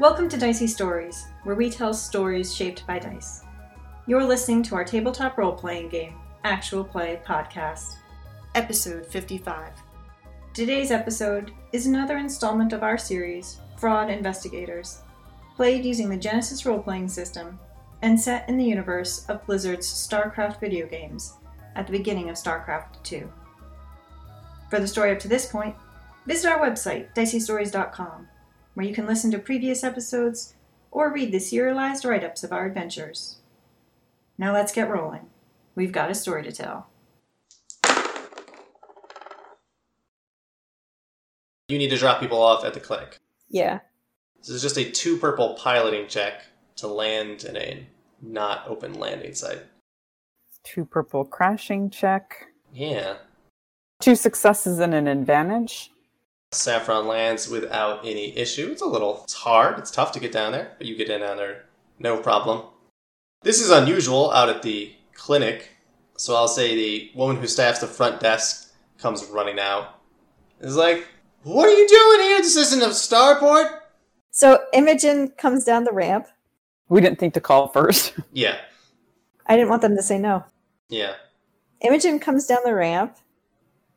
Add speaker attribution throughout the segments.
Speaker 1: Welcome to Dicey Stories, where we tell stories shaped by dice. You're listening to our tabletop role playing game, Actual Play Podcast.
Speaker 2: episode 55.
Speaker 1: Today's episode is another installment of our series, Fraud Investigators, played using the Genesis role playing system and set in the universe of Blizzard's StarCraft video games at the beginning of StarCraft II. For the story up to this point, visit our website, diceystories.com, where you can listen to previous episodes or read the serialized write ups of our adventures. Now let's get rolling. We've got a story to tell.
Speaker 3: You need to drop people off at the clinic.
Speaker 4: Yeah.
Speaker 3: This is just a two purple piloting check to land in a not open landing site.
Speaker 4: Two purple crashing check.
Speaker 3: Yeah.
Speaker 4: Two successes and an advantage.
Speaker 3: Saffron lands without any issue. It's a little, it's hard, it's tough to get down there, but you get in down there no problem. This is unusual out at the clinic, so I'll say the woman who staffs the front desk comes running out. Is like, What are you doing here? This isn't a starport?
Speaker 5: So Imogen comes down the ramp.
Speaker 4: We didn't think to call first.
Speaker 3: Yeah,
Speaker 5: I didn't want them to say no.
Speaker 3: yeah.
Speaker 5: Imogen comes down the ramp,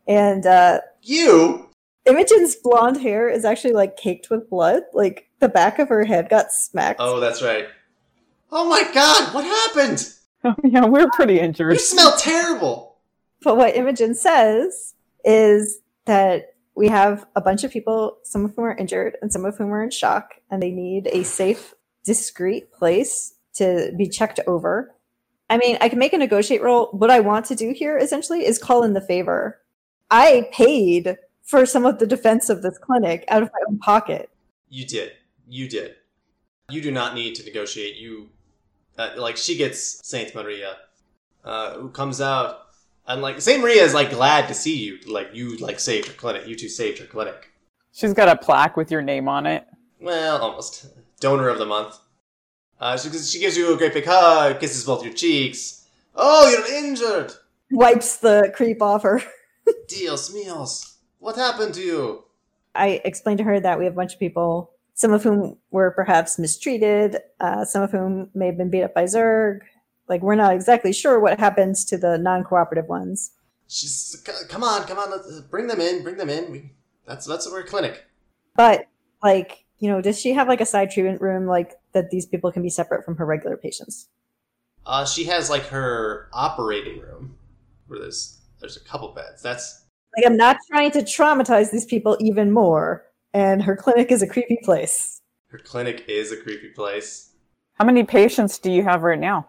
Speaker 5: and uh,
Speaker 3: You?
Speaker 5: Imogen's blonde hair is actually like caked with blood. Like the back of her head got smacked.
Speaker 3: Oh, that's right. Oh my god, what happened?
Speaker 4: oh, yeah, we're pretty
Speaker 3: You
Speaker 4: injured.
Speaker 3: smell terrible.
Speaker 5: But what Imogen says is that we have a bunch of people, some of whom are injured and some of whom are in shock, and they need a safe, discreet place to be checked over. I mean, I can make a negotiate roll. What I want to do here essentially is call in the favor. I paid for some of the defense of this clinic out of my own pocket.
Speaker 3: You did. You did. You do not need to negotiate. You, uh, like, she gets Saint Maria, uh, who comes out. And like Saint Maria is like glad to see you. Like you like saved her clinic. You two saved her clinic.
Speaker 4: She's got a plaque with your name on it.
Speaker 3: Well, almost donor of the month. Uh, she she gives you a great big hug, kisses both your cheeks. Oh, you're injured.
Speaker 5: Wipes the creep off her.
Speaker 3: Dios míos, what happened to you?
Speaker 5: I explained to her that we have a bunch of people, some of whom were perhaps mistreated, uh, some of whom may have been beat up by Zerg. Like, we're not exactly sure what happens to the non cooperative ones.
Speaker 3: She's "C- come on, come on, let's, bring them in, bring them in. We, that's that's our clinic.
Speaker 5: But, like, you know, does she have like a side treatment room, like that these people can be separate from her regular patients?
Speaker 3: Uh, she has like her operating room where there's there's a couple beds. That's
Speaker 5: Like, I'm not trying to traumatize these people even more, and her clinic is a creepy place.
Speaker 3: her clinic is a creepy place.
Speaker 4: How many patients do you have right now?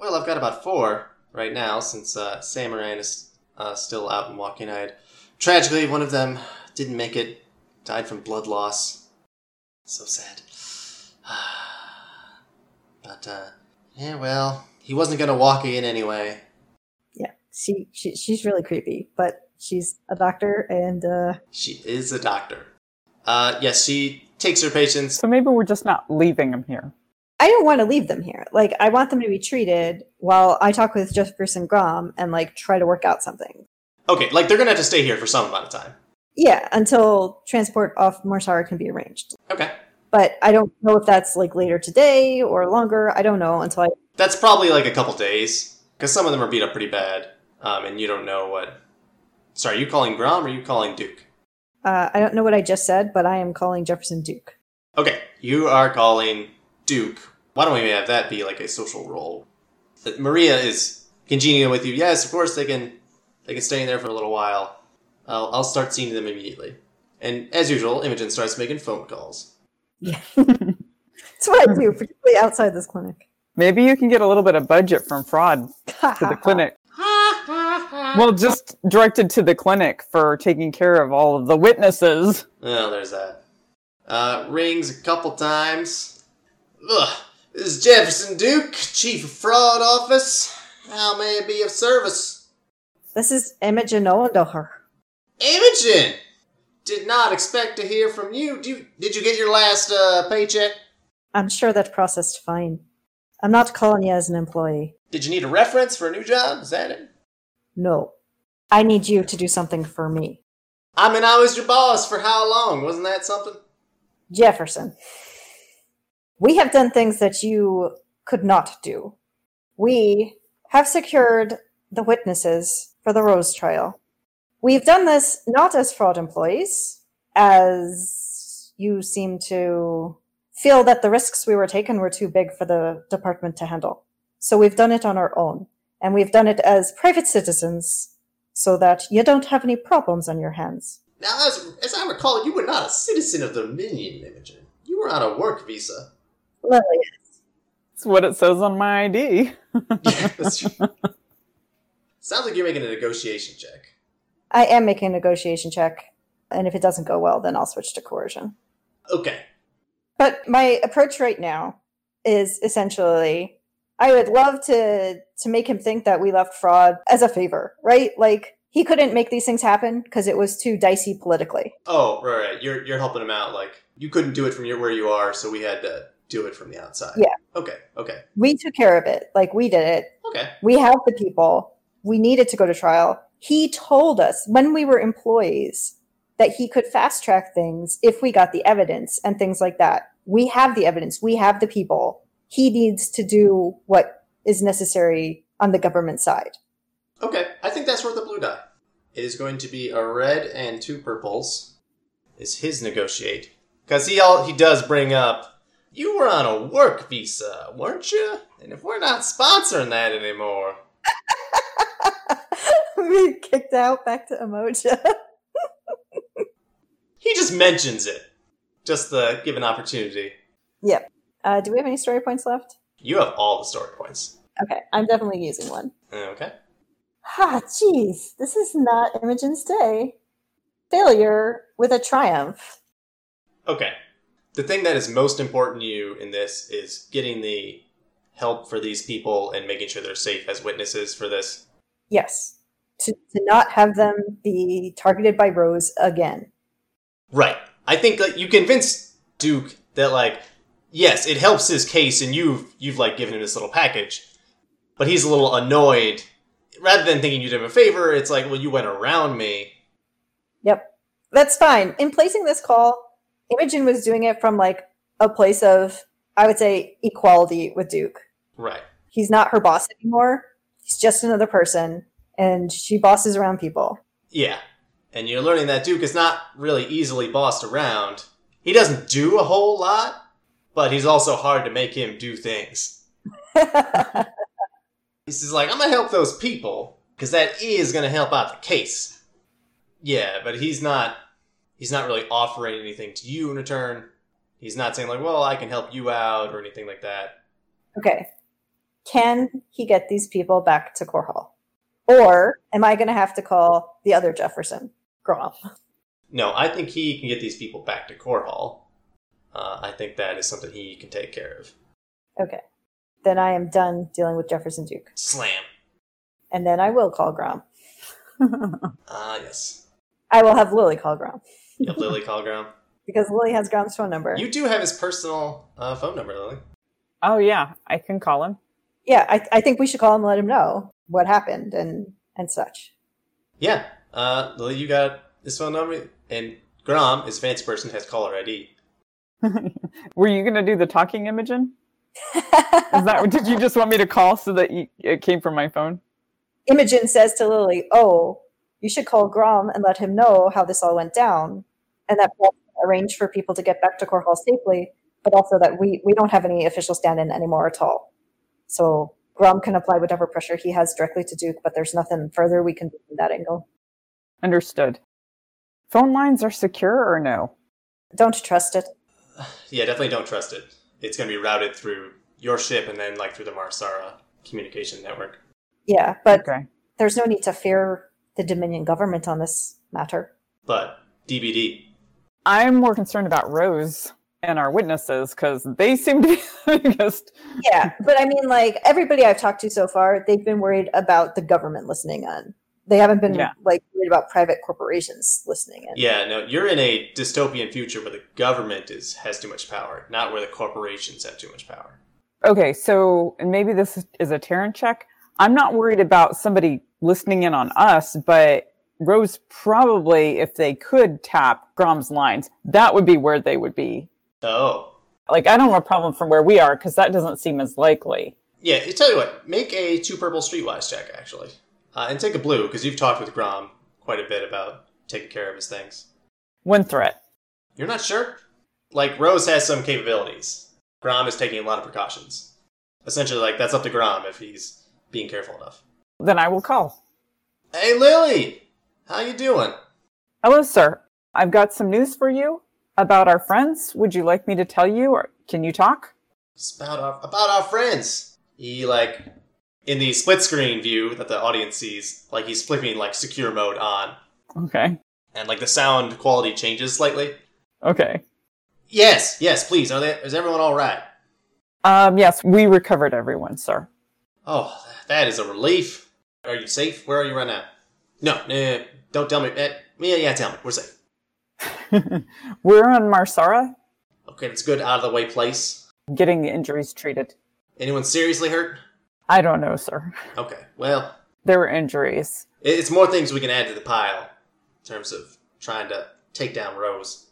Speaker 3: Well, I've got about four right now since uh, Samaran is uh, still out and walking. I had tragically one of them didn't make it, died from blood loss. So sad. but uh, yeah, well, he wasn't gonna walk in anyway.
Speaker 5: Yeah, she, she she's really creepy, but she's a doctor, and uh,
Speaker 3: She is a doctor. Uh, yes, she takes her patients
Speaker 4: So maybe we're just not leaving them here.
Speaker 5: I don't want to leave them here. Like I want them to be treated while I talk with Jefferson Grom and like try to work out something.
Speaker 3: Okay, like they're gonna have to stay here for some amount of time.
Speaker 5: Yeah, until transport off Morsara can be arranged.
Speaker 3: Okay.
Speaker 5: But I don't know if that's like later today or longer. I don't know until I
Speaker 3: That's probably like a couple days, because some of them are beat up pretty bad, um, and you don't know what. Sorry, are you calling Grom or are you calling Duke?
Speaker 5: uh, I don't know what I just said, but I am calling Jefferson Duke.
Speaker 3: Okay, you are calling Duke. Why don't we have that be like a social role? Uh, Maria is congenial with you. Yes, of course they can. They can stay in there for a little while. I'll, I'll start seeing them immediately. And as usual, Imogen starts making phone calls.
Speaker 5: That's what I do, particularly outside this clinic.
Speaker 4: Maybe you can get a little bit of budget from fraud to the clinic. well, just directed to the clinic for taking care of all of the witnesses.
Speaker 3: Oh, there's that. Uh, rings a couple times. Ugh, this is Jefferson Duke, Chief of Fraud Office. How may I be of service?
Speaker 5: This is Imogen Olendoher.
Speaker 3: Imogen! Did not expect to hear from you. Do you did you get your last uh, paycheck?
Speaker 5: I'm sure that processed fine. I'm not calling you as an employee.
Speaker 3: Did you need a reference for a new job? Is that it?
Speaker 5: No. I need you to do something for me.
Speaker 3: I mean, I was your boss for how long? Wasn't that something?
Speaker 5: Jefferson. We have done things that you could not do. We have secured the witnesses for the Rose trial. We've done this not as fraud employees, as you seem to feel that the risks we were taking were too big for the department to handle. So we've done it on our own, and we've done it as private citizens so that you don't have any problems on your hands.
Speaker 3: Now, as, as I recall, you were not a citizen of the Dominion, Imogen. You were on a work visa.
Speaker 5: Lily,
Speaker 4: That's what it says on my ID.
Speaker 3: Yeah, that's true. Sounds like you're making a negotiation check.
Speaker 5: I am making a negotiation check, and if it doesn't go well, then I'll switch to coercion.
Speaker 3: Okay.
Speaker 5: But my approach right now is essentially I would love to to make him think that we left fraud as a favor, right? Like he couldn't make these things happen because it was too dicey politically.
Speaker 3: Oh, right, right. You're you're helping him out. Like you couldn't do it from your where you are, so we had to do it from the outside.
Speaker 5: Yeah.
Speaker 3: Okay. Okay.
Speaker 5: We took care of it. Like we did it.
Speaker 3: Okay.
Speaker 5: We have the people. We needed to go to trial. He told us when we were employees that he could fast track things if we got the evidence and things like that. We have the evidence. We have the people. He needs to do what is necessary on the government side.
Speaker 3: Okay. I think that's worth the blue die. It is going to be a red and two purples. Is his negotiate because he all he does bring up. You were on a work visa, weren't you? And if we're not sponsoring that anymore,
Speaker 5: we kicked out back to Emoja.
Speaker 3: he just mentions it. Just to give an opportunity.
Speaker 5: Uh, do we have any story points left?
Speaker 3: You have all the story points.
Speaker 5: Okay, I'm definitely using one.
Speaker 3: Okay.
Speaker 5: Ha, jeez, this is not Imogen's day. Failure with a triumph.
Speaker 3: Okay. The thing that is most important to you in this is getting the help for these people and making sure they're safe as witnesses for this.
Speaker 5: Yes. To, to not have them be targeted by Rose again.
Speaker 3: Right. I think like you convince Duke that like yes, it helps his case and you've you've like given him this little package. But he's a little annoyed. Rather than thinking you did him a favor, it's like, well, you went around me.
Speaker 5: Yep. That's fine. In placing this call, Imogen was doing it from like a place of, I would say, equality with Duke.
Speaker 3: Right.
Speaker 5: He's not her boss anymore. He's just another person, and she bosses around people.
Speaker 3: Yeah. And you're learning that Duke is not really easily bossed around. He doesn't do a whole lot, but he's also hard to make him do things. This is like, I'm gonna help those people because that is gonna help out the case. Yeah, but he's not. He's not really offering anything to you in return. He's not saying like, "Well, I can help you out" or anything like that.
Speaker 5: okay. Can he get these people back to Core Hall? Or am I going to have to call the other Jefferson? Grom.
Speaker 3: No, I think he can get these people back to Core Hall. Uh, I think that is something he can take care of.
Speaker 5: Okay. Then I am done dealing with Jefferson Duke.
Speaker 3: Slam.
Speaker 5: And then I will call Grom.
Speaker 3: Ah, yes.
Speaker 5: I will have Lily call Grom
Speaker 3: You have Lily Colgram.
Speaker 5: because Lily has Grom's phone number.
Speaker 3: You do have his personal uh, phone number, Lily.
Speaker 4: oh yeah, I can call him.
Speaker 5: yeah, I, I think we should call him and let him know what happened and, and such.
Speaker 3: Yeah, uh, Lily, you got his phone number, and Grom is a fancy person has caller ID.
Speaker 4: Were you gonna do the talking, Imogen? Is that did you just want me to call so that you, it came from my phone?
Speaker 5: Imogen says to Lily, Oh, you should call Grom and let him know how this all went down and that we'll arrange for people to get back to Core Hall safely, but also that we, we don't have any official stand in anymore at all. So Grom can apply whatever pressure he has directly to Duke, but there's nothing further we can do from that angle.
Speaker 4: Understood. Phone lines are secure or no?
Speaker 5: Don't trust it.
Speaker 3: Yeah, definitely don't trust it. It's going to be routed through your ship and then like through the Marsara communication network.
Speaker 5: Yeah, but
Speaker 4: okay.
Speaker 5: there's no need to fear the Dominion government on this matter.
Speaker 3: But DBD.
Speaker 4: I'm more concerned about Rose and our witnesses because they seem to be the biggest.
Speaker 5: Yeah, but I mean, like everybody I've talked to so far, they've been worried about the government listening in. They haven't been
Speaker 4: Yeah.
Speaker 5: like worried about private corporations listening in.
Speaker 3: Yeah, no, you're in a dystopian future where the government is has too much power, not where the corporations have too much power.
Speaker 4: Okay, so and maybe this is a Terran check. I'm not worried about somebody listening in on us, but Rose probably, if they could tap Grom's lines, that would be where they would be.
Speaker 3: Oh,
Speaker 4: Like, I don't have a problem from where we are because that doesn't seem as likely.
Speaker 3: Yeah, you tell you what, make a two purple streetwise check, actually. Uh, and take a blue, because you've talked with Grom quite a bit about taking care of his things.
Speaker 4: One threat.
Speaker 3: You're not sure? Like, Rose has some capabilities. Grom is taking a lot of precautions. Essentially, like, that's up to Grom if he's being careful enough.
Speaker 4: Then I will call.
Speaker 3: Hey, Lily! How you doing?
Speaker 4: Hello, sir. I've got some news for you about our friends. Would you like me to tell you, or can you talk?
Speaker 3: It's about our, about our friends. He, like, in the split screen view that the audience sees, like, he's flipping, like, secure mode on.
Speaker 4: Okay.
Speaker 3: And, like, the sound quality changes slightly.
Speaker 4: Okay.
Speaker 3: Yes, yes, please. Are they, is everyone all right?
Speaker 4: Um, yes, we recovered everyone, sir.
Speaker 3: Oh, that is a relief. Are you safe? Where are you right now? No, no, no, don't tell me. Eh, Yeah, yeah, tell me. We're safe.
Speaker 4: We're on Marsara
Speaker 3: Okay, it's a good out of the way place.
Speaker 4: getting the injuries treated.
Speaker 3: Anyone seriously hurt?
Speaker 4: I don't know, sir.
Speaker 3: Okay, well,
Speaker 4: There were injuries.
Speaker 3: it- it's more things we can add to the pile in terms of trying to take down Rose.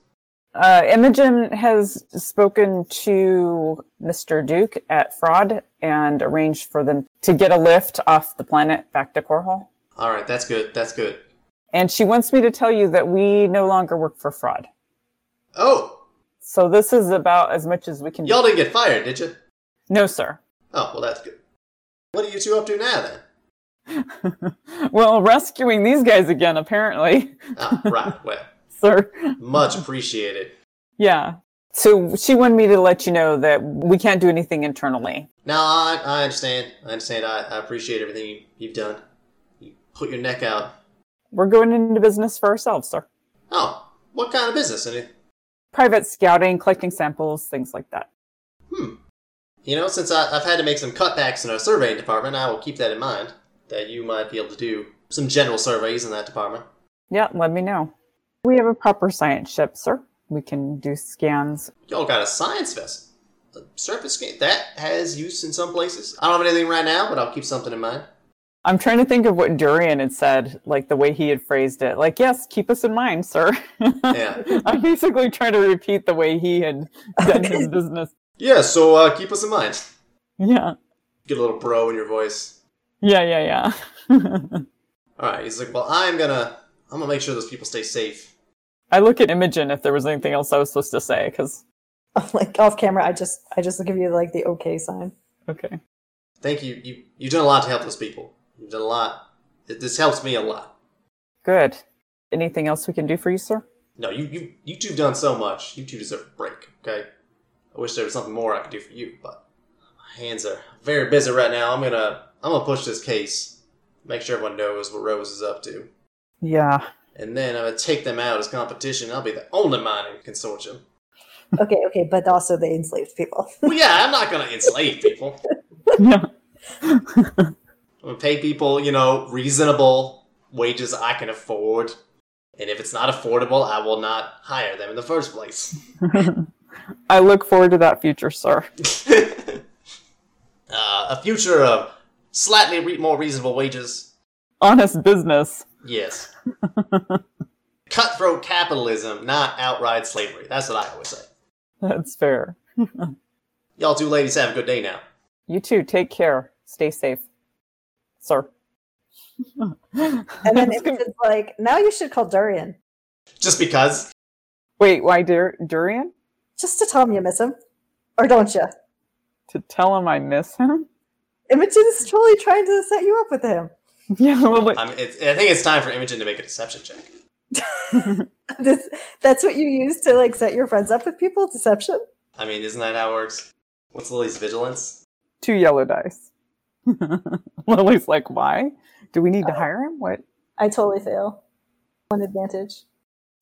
Speaker 4: Uh, Imogen has spoken to Mr. Duke at Fraud and arranged for them to get a lift off the planet back to Corhole.
Speaker 3: All right, that's good. That's good.
Speaker 4: And she wants me to tell you that we no longer work for Fraud.
Speaker 3: Oh,
Speaker 4: So this is about as much as we can
Speaker 3: y'all
Speaker 4: do.
Speaker 3: didn't get fired, did you?
Speaker 4: No, sir.
Speaker 3: Oh, well, that's good. What are you two up to now then?
Speaker 4: well, rescuing these guys again, apparently,
Speaker 3: Ah, right. Well,
Speaker 4: sir.
Speaker 3: much appreciated.
Speaker 4: Yeah. So she wanted me to let you know that we can't do anything internally.
Speaker 3: Now I, I understand. I understand. I, I appreciate everything you, you've done. You put your neck out.
Speaker 4: We're going into business for ourselves, sir.
Speaker 3: Oh, what kind of business? And it-
Speaker 4: Private scouting, collecting samples, things like that.
Speaker 3: You know, since I, I've had to make some cutbacks in our surveying department, I will keep that in mind. That you might be able to do some general surveys in that department.
Speaker 4: Yeah, let me know. We have a proper science ship, sir. We can do scans.
Speaker 3: Y'all got a science vessel. A surface scan? That has use in some places. I don't have anything right now, but I'll keep something in mind.
Speaker 4: I'm trying to think of what Durian had said, like the way he had phrased it. Like, yes, keep us in mind, sir.
Speaker 3: Yeah.
Speaker 4: I'm basically trying to repeat the way he had done his business.
Speaker 3: Yeah, so uh, keep us in mind.
Speaker 4: Yeah.
Speaker 3: Get a little bro in your voice.
Speaker 4: Yeah, yeah, yeah.
Speaker 3: All right, he's like, well, I'm gonna, I'm gonna make sure those people stay safe.
Speaker 4: I look at Imogen if there was anything else I was supposed to say, because,
Speaker 5: like off camera, I just I just give you like the okay sign.
Speaker 4: okay.
Speaker 3: Thank you. You you've done a lot to help those people. You've done a lot. Th- This helps me a lot.
Speaker 4: Good. Anything else we can do for you, sir?
Speaker 3: No, you you you two've done so much. You two deserve a break. Okay. I wish there was something more I could do for you, but my hands are very busy right now. I'm gonna I'm gonna push this case. Make sure everyone knows what Rose is up to,
Speaker 4: Yeah.
Speaker 3: and then I'm gonna take them out as competition. I'll be the only mining consortium.
Speaker 5: Okay, okay, but also they enslaved people.
Speaker 3: Well, yeah, I'm not gonna enslave people.
Speaker 4: yeah.
Speaker 3: I'm gonna pay people, you know, reasonable wages I can afford. And if it's not affordable, I will not hire them in the first place.
Speaker 4: I look forward to that future, sir.
Speaker 3: uh, a future of slightly re- more reasonable wages.
Speaker 4: Honest business.
Speaker 3: Yes. Cutthroat capitalism, not outright slavery. That's what I always say.
Speaker 4: That's fair.
Speaker 3: Y'all two ladies have a good day now.
Speaker 4: You too. Take care. Stay safe, sir.
Speaker 5: And then it's like, now you should call Durian
Speaker 3: Just because.
Speaker 4: Wait, why Dur- Durian?
Speaker 5: just to tell him you miss him, or don't you?
Speaker 4: To tell him I miss him?
Speaker 5: Imogen's totally trying to set you up with him.
Speaker 4: Yeah, well, like,
Speaker 3: I, mean, it's, I think it's time for Imogen to make a deception check.
Speaker 5: This, that's what you use to like set your friends up with people. Deception.
Speaker 3: I mean, isn't that how it works? What's Lily's vigilance?
Speaker 4: two yellow dice. Lily's like, why? Do we need to hire him? What?
Speaker 5: I totally fail. One advantage.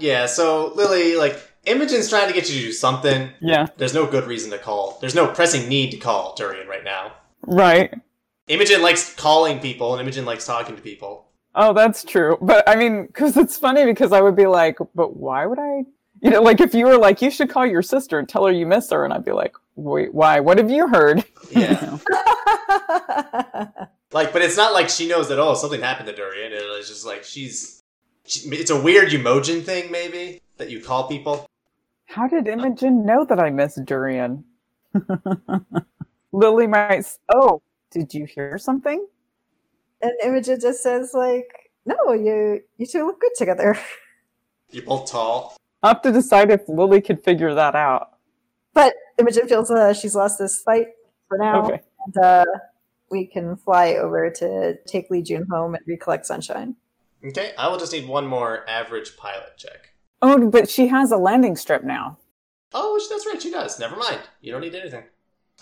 Speaker 3: Yeah, so Lily, like, Imogen's trying to get you to do something.
Speaker 4: Yeah,
Speaker 3: There's no good reason to call. There's no pressing need to call Durian right now.
Speaker 4: right.
Speaker 3: Imogen likes calling people, and Imogen likes talking to people.
Speaker 4: Oh, that's true. But I mean, because it's funny because I would be like, but why would I? You know, like if you were like, you should call your sister and tell her you miss her. And I'd be like, wait, why? What have you heard?
Speaker 3: Yeah.
Speaker 5: I
Speaker 3: like, but it's not like she knows that, oh, something happened to Durian. It was just like she's. She, it's a weird emojin thing, maybe, that you call people.
Speaker 4: How did Imogen know that I missed durian? Lily might. s- Oh, did you hear something?
Speaker 5: And Imogen just says, like, no, you you two look good together.
Speaker 3: You're both tall.
Speaker 4: I'll have to decide if Lily could figure that out.
Speaker 5: But Imogen feels uh, she's lost this fight for now.
Speaker 4: Okay.
Speaker 5: And uh, we can fly over to take Lee June home and recollect Sunshine.
Speaker 3: Okay, I will just need one more average pilot check.
Speaker 4: Oh, but she has a landing strip now.
Speaker 3: Oh, sh- that's right, she does. Never mind. You don't need anything.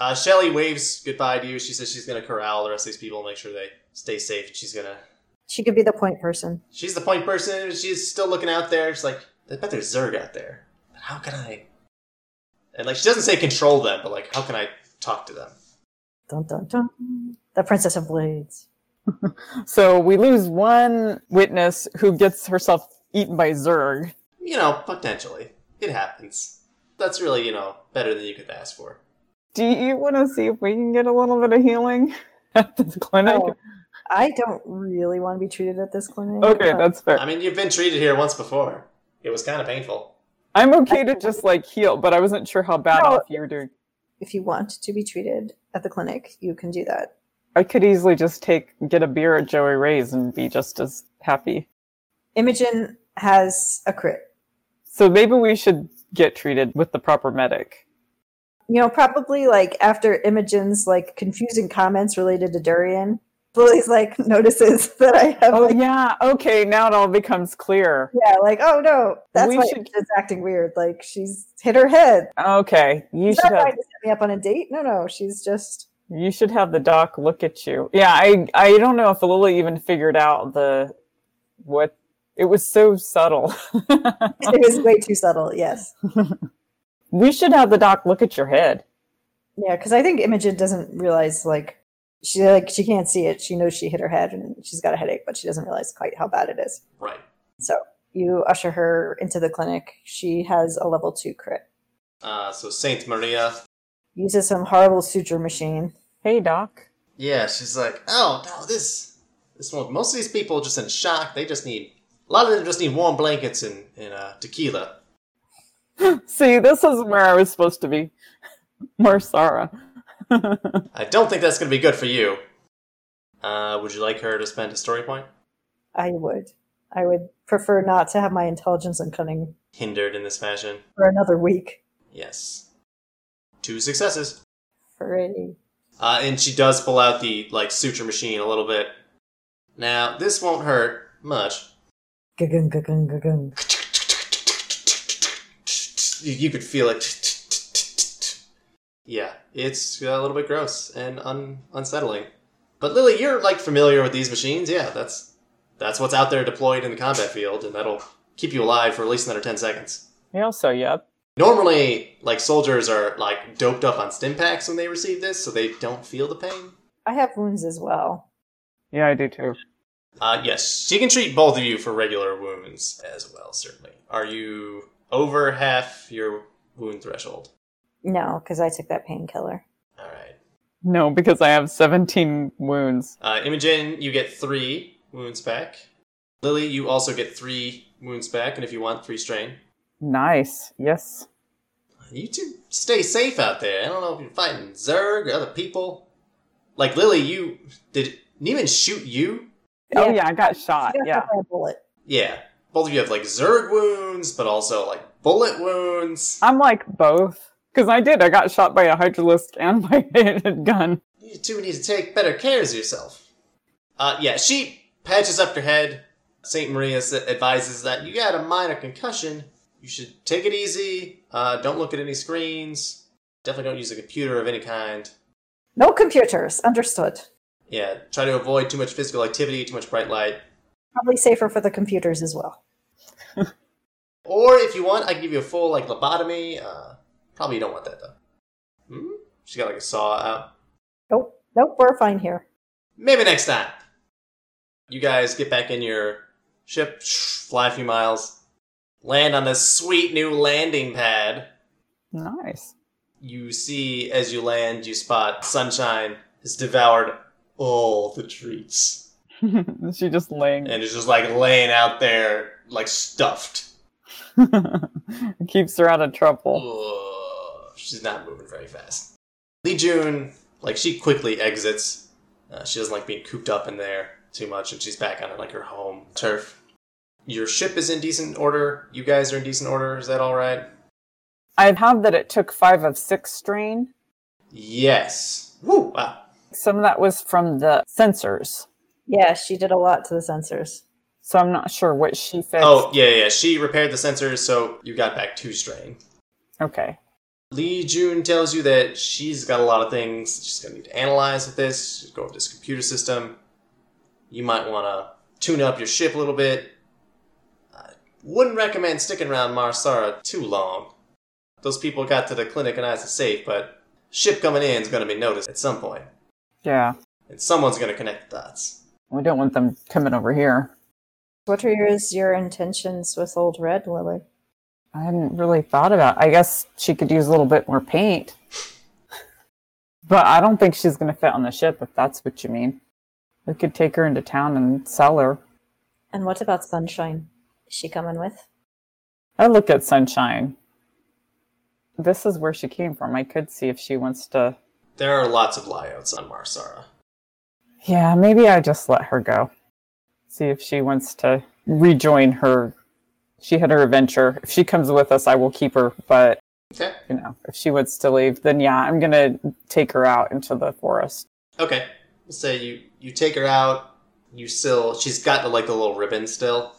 Speaker 3: Uh, Shelly waves goodbye to you. She says she's going to corral the rest of these people, make sure they stay safe. She's going to.
Speaker 5: She could be the point person.
Speaker 3: She's the point person. She's still looking out there. She's like, I bet there's Zerg out there. But how can I. And, like, she doesn't say control them, but, like, how can I talk to them?
Speaker 5: Dun dun dun. The Princess of Blades.
Speaker 4: So we lose one witness who gets herself eaten by Zerg.
Speaker 3: You know, potentially. It happens. That's really, you know, better than you could ask for.
Speaker 4: Do you want to see if we can get a little bit of healing at the clinic?
Speaker 5: Oh, I don't really want to be treated at this clinic.
Speaker 4: okay,
Speaker 5: but
Speaker 4: that's fair.
Speaker 3: I mean, you've been treated here once before. It was kind of painful.
Speaker 4: I'm okay to just like heal, but I wasn't sure how bad
Speaker 5: No.
Speaker 4: off you were doing.
Speaker 5: if you want to be treated at the clinic, you can do that.
Speaker 4: I could easily just take get a beer at Joey Ray's and be just as happy.
Speaker 5: Imogen has a crit.
Speaker 4: So maybe we should get treated with the proper medic.
Speaker 5: You know, probably like after Imogen's like confusing comments related to Durian, Lily's like notices that I have
Speaker 4: Oh
Speaker 5: like
Speaker 4: yeah, okay, now it all becomes clear.
Speaker 5: Yeah, like, oh no, that's
Speaker 4: We
Speaker 5: why
Speaker 4: should-
Speaker 5: she's acting weird. Like she's hit her head.
Speaker 4: Okay, you
Speaker 5: She's
Speaker 4: should
Speaker 5: not
Speaker 4: have,
Speaker 5: trying to set me up on a date. No, no, she's just
Speaker 4: you should have the doc look at you. Yeah, I I don't know if Lily even figured out the what it was so subtle.
Speaker 5: it was way too subtle. Yes,
Speaker 4: we should have the doc look at your head.
Speaker 5: yeah, because I think Imogen doesn't realize like she like she can't see it. She knows she hit her head and she's got a headache, but she doesn't realize quite how bad it is.
Speaker 3: Right.
Speaker 5: So you usher her into the clinic. She has a level two crit.
Speaker 3: Uh, so, Saint Maria.
Speaker 5: Uses some horrible suture machine.
Speaker 4: Hey doc.
Speaker 3: Yeah, she's like, oh, no, this. this one, Most of these people are just in shock. They just need. A lot of them just need warm blankets and, and uh, tequila.
Speaker 4: See, this is where I was supposed to be. More Sarah.
Speaker 3: I don't think that's going to be good for you. Uh, would you like her to spend a story point?
Speaker 5: I would, I would prefer not to have my intelligence and cunning
Speaker 3: Hindered in this fashion?
Speaker 5: for another week.
Speaker 3: Yes. Two successes.
Speaker 5: Hooray.
Speaker 3: Uh, and she does pull out the, like, suture machine a little bit. Now, this won't hurt much.
Speaker 5: Gugun, gugun, gugun.
Speaker 3: You- You could feel it. Yeah, it's uh, a little bit gross and un- unsettling. But Lily, you're like familiar with these machines. Yeah, that's that's what's out there deployed in the combat field, and that'll keep you alive for at least another ten seconds.
Speaker 4: They also, yep.
Speaker 3: Normally, like soldiers are like doped up on stim packs when they receive this, so they don't feel the pain.
Speaker 5: I have wounds as well.
Speaker 4: Yeah, I do too.
Speaker 3: Uh, yes, she can treat both of you for regular wounds as well. Certainly, are you over half your wound threshold?
Speaker 5: No, because I took that painkiller.
Speaker 3: All right.
Speaker 4: No, because I have 17 wounds.
Speaker 3: Uh, Imogen, you get three wounds back. Lily, you also get three wounds back, and if you want, three strain.
Speaker 4: Nice. Yes.
Speaker 3: You two stay safe out there. I don't know if you're fighting Zerg or other people. Like Lily, you did Neiman shoot you?
Speaker 4: Oh yeah, I got shot.
Speaker 5: She got
Speaker 4: Yeah.
Speaker 5: hit by a bullet.
Speaker 3: Yeah. Both of you have like Zerg wounds, but also like bullet wounds.
Speaker 4: I'm like both because I did. I got shot by a hydralisk and by a handed gun.
Speaker 3: You two need to take better care of yourself. Uh, yeah, she patches up your head. St. Maria s- advises that you got a minor concussion. You should take it easy. Uh, don't look at any screens. Definitely don't use a computer of any kind.
Speaker 5: No computers. Understood.
Speaker 3: Yeah, try to avoid too much physical activity, too much bright light.
Speaker 5: Probably safer for the computers as well.
Speaker 3: Or if you want, I can give you a full like lobotomy. Uh, probably you don't want that though. Hmm? She got like a saw out.
Speaker 5: Nope. Nope. We're fine here.
Speaker 3: Maybe next time. You guys get back in your ship, fly a few miles, land on this sweet new landing pad.
Speaker 4: Nice.
Speaker 3: You see, as you land, you spot Sunshine has devoured all the treats
Speaker 4: she just laying.
Speaker 3: and is just like laying out there, like stuffed.
Speaker 4: it keeps her out of trouble.
Speaker 3: Ugh, she's not moving very fast. Lee June, like, she quickly exits. Uh, she doesn't like being cooped up in there too much, and she's back on like her home turf. Your ship is in decent order. You guys are in decent order. Is that all right?
Speaker 4: I have that it took five of six strain.
Speaker 3: Yes. Woo! Wow.
Speaker 4: Some of that was from the sensors,
Speaker 5: Yeah, she did a lot to the sensors.
Speaker 4: so I'm not sure what she fixed.
Speaker 3: Oh yeah, yeah. yeah. She repaired the sensors, so you got back two strain.
Speaker 4: Okay.
Speaker 3: Lee June tells you that she's got a lot of things she's going to need to analyze with this. She's go over this computer system. You might want to tune up your ship a little bit. I wouldn't recommend sticking around Marsara too long. Those people got to the clinic and I was safe, but ship coming in is going to be noticed at some point,
Speaker 4: Yeah.
Speaker 3: and someone's going to connect the dots.
Speaker 4: We don't want them coming over here.
Speaker 5: What are yours, your intentions with old red, Lily?
Speaker 4: I hadn't really thought about. I guess she could use a little bit more paint. but I don't think she's going to fit on the ship if that's what you mean. We could take her into town and sell her.
Speaker 5: And what about Sunshine? Is she coming with?
Speaker 4: I look at Sunshine. This is where she came from. I could see if she wants to.
Speaker 3: There are lots of lyouts on Marsara.
Speaker 4: Yeah, maybe I just let her go. See if she wants to rejoin her. She had her adventure. If she comes with us, I will keep her. But,
Speaker 3: Okay.
Speaker 4: you know, if she wants to leave, then yeah, I'm going to take her out into the forest.
Speaker 3: Okay. So you you take her out. You still she's got like the little ribbon still.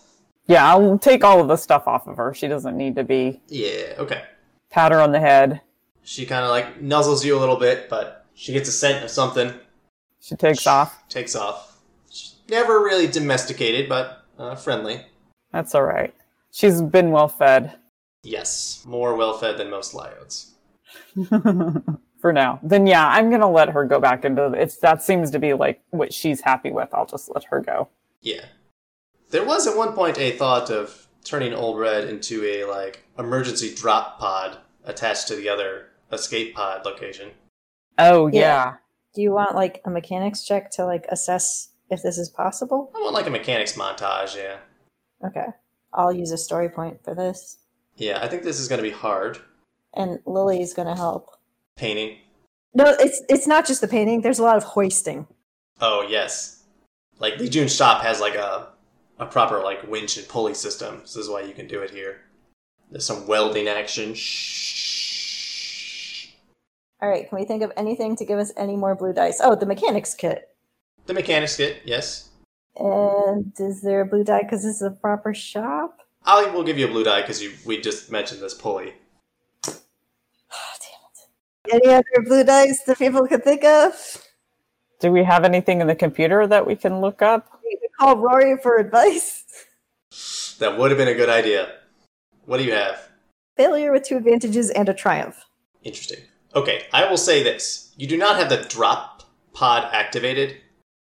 Speaker 4: Yeah, I'll take all of the stuff off of her. She doesn't need to be
Speaker 3: Yeah. Okay.
Speaker 4: pat her on the head.
Speaker 3: She kind of like nuzzles you a little bit, but she gets a scent of something,
Speaker 4: She takes off.
Speaker 3: takes off. She's never really domesticated, but uh, friendly.
Speaker 4: That's all right. She's been well fed
Speaker 3: Yes, more well fed than most Lyods.
Speaker 4: for now. Then yeah, I'm gonna let her go back into the, if that seems to be like what she's happy with. I'll just let her go.
Speaker 3: Yeah. There was at one point a thought of turning Old Red into a like emergency drop pod attached to the other escape pod location.
Speaker 4: Oh
Speaker 5: Yeah.
Speaker 4: yeah,
Speaker 5: Do you want like a mechanics check to like assess if this is possible?
Speaker 3: I want like a mechanics montage. Yeah.
Speaker 5: Okay. I'll use a story point for this.
Speaker 3: Yeah. I think this is going to be hard
Speaker 5: And Lily is gonna help.
Speaker 3: painting.
Speaker 5: No, it's it's not just the painting. There's a lot of hoisting.
Speaker 3: Oh yes, like Lee Jun's shop has like a a proper like winch and pulley system. So this is why you can do it here. There's some welding action. Shh.
Speaker 5: All right, can we think of anything to give us any more blue dice? Oh, the mechanics kit.
Speaker 3: The mechanics kit, yes.
Speaker 5: And is there a blue die because this is a proper shop?
Speaker 3: I will give you a blue die because you we just mentioned this pulley.
Speaker 5: Any other blue dice that people could think of?
Speaker 4: Do we have anything in the computer that we can look up?
Speaker 5: We could Call Rory for advice.
Speaker 3: That would have been a good idea. What do you have?
Speaker 5: Failure with two advantages and a triumph.
Speaker 3: Interesting. Okay, I will say this: you do not have the drop pod activated,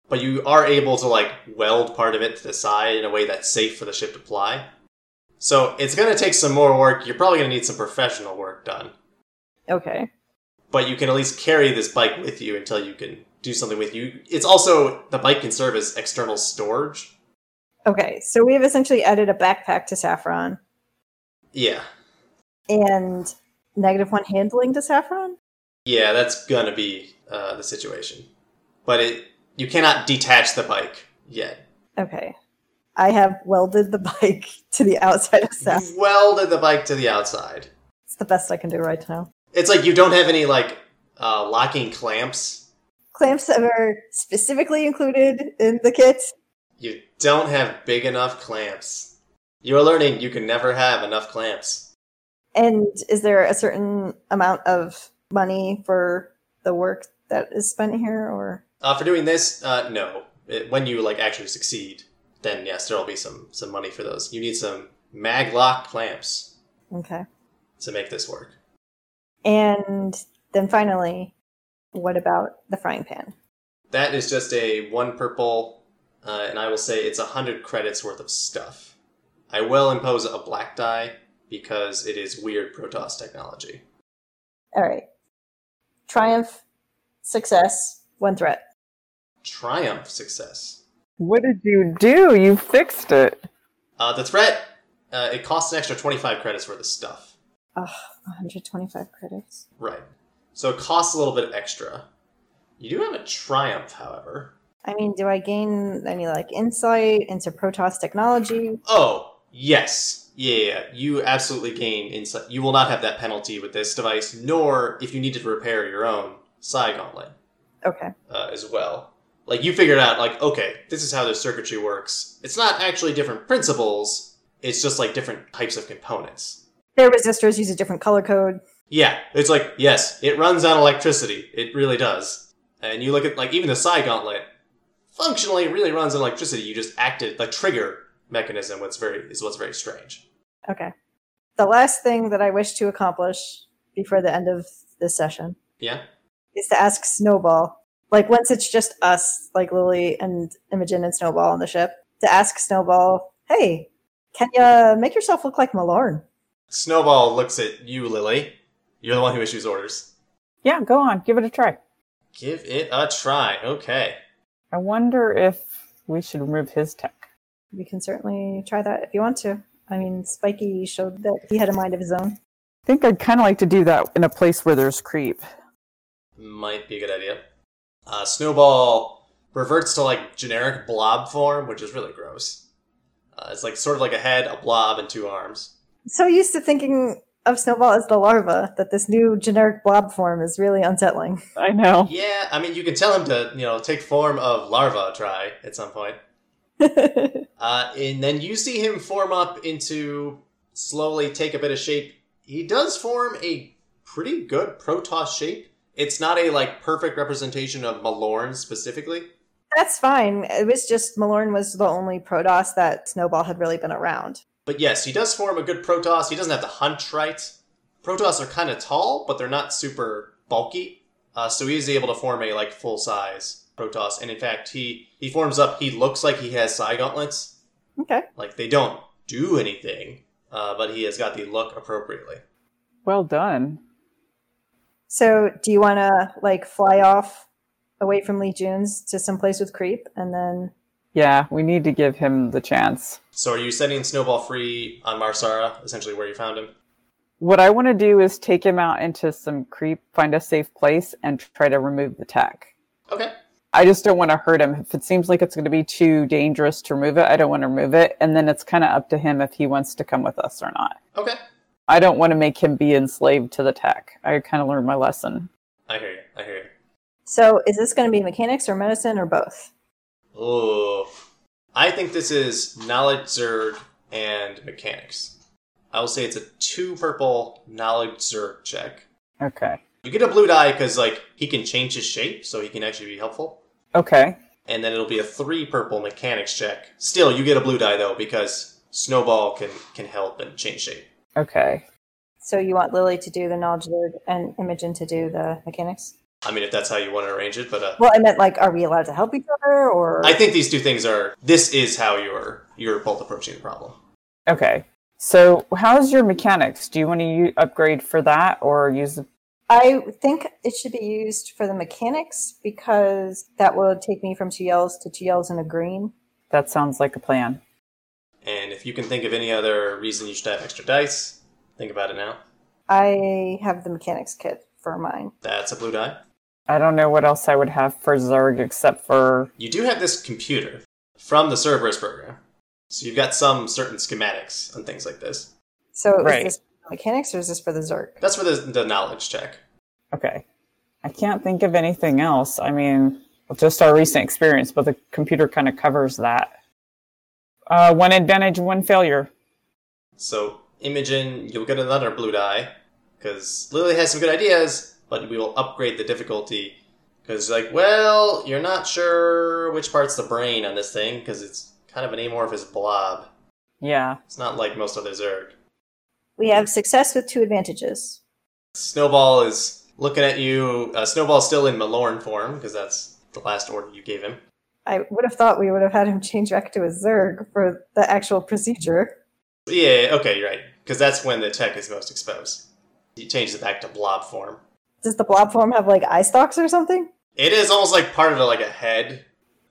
Speaker 3: but you are able to like weld part of it to the side in a way that's safe for the ship to ply. So it's going to take some more work. You're probably going to need some professional work done,
Speaker 5: Okay.
Speaker 3: but you can at least carry this bike with you until you can do something with you. It's also the bike can serve as external storage.
Speaker 5: Okay, so we have essentially added a backpack to Saffron
Speaker 3: Yeah,
Speaker 5: and negative one handling to Saffron.
Speaker 3: yeah, that's going to be uh, the situation. But it you cannot detach the bike yet.
Speaker 5: Okay. I have welded the bike to the outside of Saffron.
Speaker 3: You welded the bike to the outside.
Speaker 5: It's the best I can do right now.
Speaker 3: It's like you don't have any like uh, locking clamps.
Speaker 5: Clamps that are specifically included in the kit.
Speaker 3: You don't have big enough clamps. You're learning you can never have enough clamps.
Speaker 5: And is there a certain amount of money for the work that is spent here or
Speaker 3: Uh, for doing this, uh, no. It, when you like actually succeed, then yes, there will be some some money for those. You need some maglock clamps
Speaker 5: okay.
Speaker 3: to make this work.
Speaker 5: And then finally, what about the frying pan?
Speaker 3: That is just a one purple, uh, and I will say it's a hundred credits worth of stuff. I will impose a black die because it is weird Protoss technology.
Speaker 5: All right. Triumph, success, one threat.
Speaker 3: Triumph success.
Speaker 4: What did you do? You fixed it.
Speaker 3: Uh, the threat Uh, it costs an extra 25 credits worth of stuff.
Speaker 5: Ugh, 125 credits.
Speaker 3: Right. So it costs a little bit extra. You do have a triumph, however.
Speaker 5: I mean, do I gain any like insight into Protoss technology?
Speaker 3: Oh, yes. Yeah, yeah, yeah. you absolutely gain insight. You will not have that penalty with this device, nor if you need to repair your own Psy Gauntlet
Speaker 5: Okay.
Speaker 3: uh, as well. Like, you figured out, like, okay, this is how the circuitry works. It's not actually different principles, it's just like different types of components.
Speaker 5: Their resistors use a different color code.
Speaker 3: Yeah, it's like yes, it runs on electricity. It really does. And you look at like even the Psy Gauntlet, functionally really runs on electricity. You just acted the trigger mechanism. What's very is what's very strange.
Speaker 5: Okay. The last thing that I wish to accomplish before the end of this session
Speaker 3: Yeah,
Speaker 5: is to ask Snowball, like once it's just us, like Lily and Imogen and Snowball on the ship, to ask Snowball, hey, can you make yourself look like Malorn?
Speaker 3: Snowball looks at you, Lily. You're the one who issues orders.
Speaker 4: Yeah, go on, give it a try.
Speaker 3: Give it a try. Okay.
Speaker 4: I wonder if we should remove his tech.
Speaker 5: We can certainly try that if you want to. I mean, Spiky showed that he had a mind of his own.
Speaker 4: I think I'd kind of like to do that in a place where there's creep.
Speaker 3: Might be a good idea. Uh, Snowball reverts to like generic blob form, which is really gross. Uh, it's like sort of like a head, a blob, and two arms.
Speaker 5: So used to thinking of Snowball as the larva, that this new generic blob form is really unsettling.
Speaker 4: I know.
Speaker 3: Yeah, I mean, you can tell him to, you know, take form of larva try at some point. Uh, and then you see him form up into slowly take a bit of shape. He does form a pretty good Protoss shape. It's not a like perfect representation of Malorn specifically.
Speaker 5: That's fine. It was just Malorn was the only Protoss that Snowball had really been around.
Speaker 3: But yes, he does form a good Protoss. He doesn't have the hunch right. Protoss are kind of tall, but they're not super bulky. Uh, so he is able to form a like full size Protoss. And in fact, he he forms up. He looks like he has Psy gauntlets.
Speaker 5: Okay.
Speaker 3: Like they don't do anything, uh, but he has got the look appropriately.
Speaker 4: Well done.
Speaker 5: So do you want to like fly off away from Lee June's to someplace with creep and then
Speaker 4: Yeah, we need to give him the chance.
Speaker 3: So are you setting Snowball free on Marsara, essentially where you found him?
Speaker 4: What I want to do is take him out into some creep, find a safe place, and try to remove the tech.
Speaker 3: Okay.
Speaker 4: I just don't want to hurt him. If it seems like it's going to be too dangerous to remove it, I don't want to remove it. And then it's kind of up to him if he wants to come with us or not.
Speaker 3: Okay.
Speaker 4: I don't want to make him be enslaved to the tech. I kind of learned my lesson.
Speaker 3: I hear you. I hear you.
Speaker 5: so is this going to be mechanics or medicine or both?
Speaker 3: Oh, I think this is knowledge zerg and mechanics. I will say it's a two purple knowledge zerg check.
Speaker 4: Okay.
Speaker 3: You get a blue die because like he can change his shape, so he can actually be helpful.
Speaker 4: Okay.
Speaker 3: And then it'll be a three purple mechanics check. Still, you get a blue die though because Snowball can can help and change shape.
Speaker 4: Okay.
Speaker 5: So you want Lily to do the knowledge lord and Imogen to do the mechanics?
Speaker 3: I mean, if that's how you want to arrange it, but uh,
Speaker 5: Well, I meant like, are we allowed to help each other or
Speaker 3: I think these two things are. This is how you're you're both approaching the problem.
Speaker 4: Okay. So, how's your mechanics? Do you want to u- upgrade for that or use the.
Speaker 5: I think it should be used for the mechanics because that will take me from two yells to two yells in a green.
Speaker 4: That sounds like a plan.
Speaker 3: And if you can think of any other reason you should have extra dice, think about it now.
Speaker 5: I have the mechanics kit for mine.
Speaker 3: That's a blue die.
Speaker 4: I don't know what else I would have for Zerg except for.
Speaker 3: You do have this computer from the Cerberus program, so you've got some certain schematics and things like this.
Speaker 5: So
Speaker 4: Right.
Speaker 5: is this for mechanics or is this for the Zerg?
Speaker 3: That's for the, the knowledge check.
Speaker 4: Okay. I can't think of anything else. I mean, just our recent experience, but the computer kind of covers that. Uh, one advantage, one failure.
Speaker 3: So Imogen, you'll get another blue die because Lily has some good ideas, but we will upgrade the difficulty because, like, well, you're not sure which part's the brain on this thing because it's kind of an amorphous blob.
Speaker 4: Yeah.
Speaker 3: It's not like most other Zerg.
Speaker 5: We have success with two advantages.
Speaker 3: Snowball is looking at you. Uh, Snowball's still in Malorn form because that's the last order you gave him.
Speaker 5: I would have thought we would have had him change back to a Zerg for the actual procedure.
Speaker 3: Yeah, okay, you're right. Because that's when the tech is most exposed. He changes it back to blob form.
Speaker 5: Does the blob form have like eye stalks or something?
Speaker 3: It is almost like part of like a head.